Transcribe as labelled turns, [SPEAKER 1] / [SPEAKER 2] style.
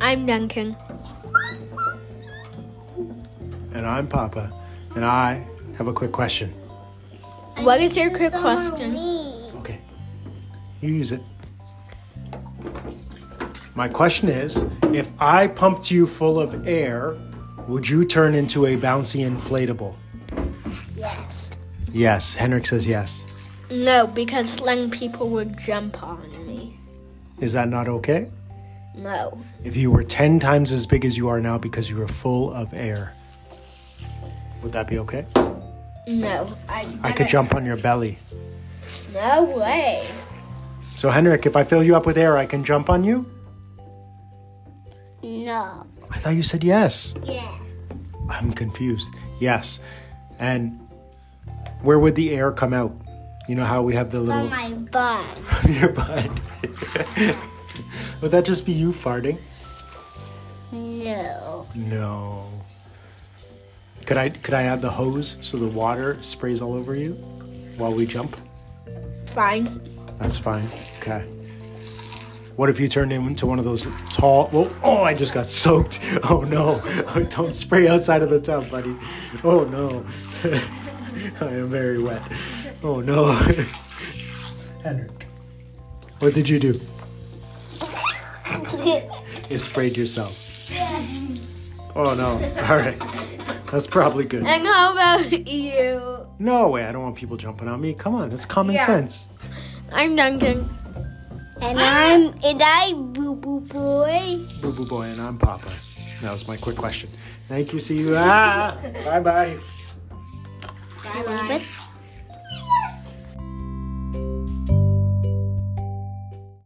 [SPEAKER 1] I'm Duncan.
[SPEAKER 2] And I'm Papa. And I have a quick question.
[SPEAKER 1] What is your quick
[SPEAKER 3] Some
[SPEAKER 1] question?
[SPEAKER 3] me.
[SPEAKER 2] Okay. You use it. My question is if I pumped you full of air, would you turn into a bouncy inflatable?
[SPEAKER 3] Yes.
[SPEAKER 2] Yes. Henrik says yes.
[SPEAKER 1] No, because then people would jump on me.
[SPEAKER 2] Is that not okay?
[SPEAKER 1] No.
[SPEAKER 2] If you were 10 times as big as you are now because you were full of air, would that be okay?
[SPEAKER 1] No. I,
[SPEAKER 2] I could jump on your belly.
[SPEAKER 1] No way.
[SPEAKER 2] So, Henrik, if I fill you up with air, I can jump on you?
[SPEAKER 3] No.
[SPEAKER 2] I thought you said yes.
[SPEAKER 3] Yes.
[SPEAKER 2] I'm confused. Yes. And where would the air come out? You know how we have the
[SPEAKER 3] On
[SPEAKER 2] little
[SPEAKER 3] my butt.
[SPEAKER 2] from your butt. would that just be you farting?
[SPEAKER 3] No.
[SPEAKER 2] No. Could I could I add the hose so the water sprays all over you while we jump?
[SPEAKER 1] Fine.
[SPEAKER 2] That's fine. Okay. What if you turned into one of those tall? Well, oh, I just got soaked. Oh no! Don't spray outside of the tub, buddy. Oh no! I am very wet. Oh no! Henrik, what did you do? You sprayed yourself. Oh no! All right, that's probably good.
[SPEAKER 1] And how about you?
[SPEAKER 2] No way! I don't want people jumping on me. Come on, that's common
[SPEAKER 1] Yeah.
[SPEAKER 2] sense.
[SPEAKER 1] I'm Duncan.
[SPEAKER 3] and
[SPEAKER 1] Ah!
[SPEAKER 3] I'm and I boo boo boy.
[SPEAKER 2] Boo Boo Boy, and I'm Papa. That was my quick question. Thank you. See you. Ah, bye bye.
[SPEAKER 3] Bye bye.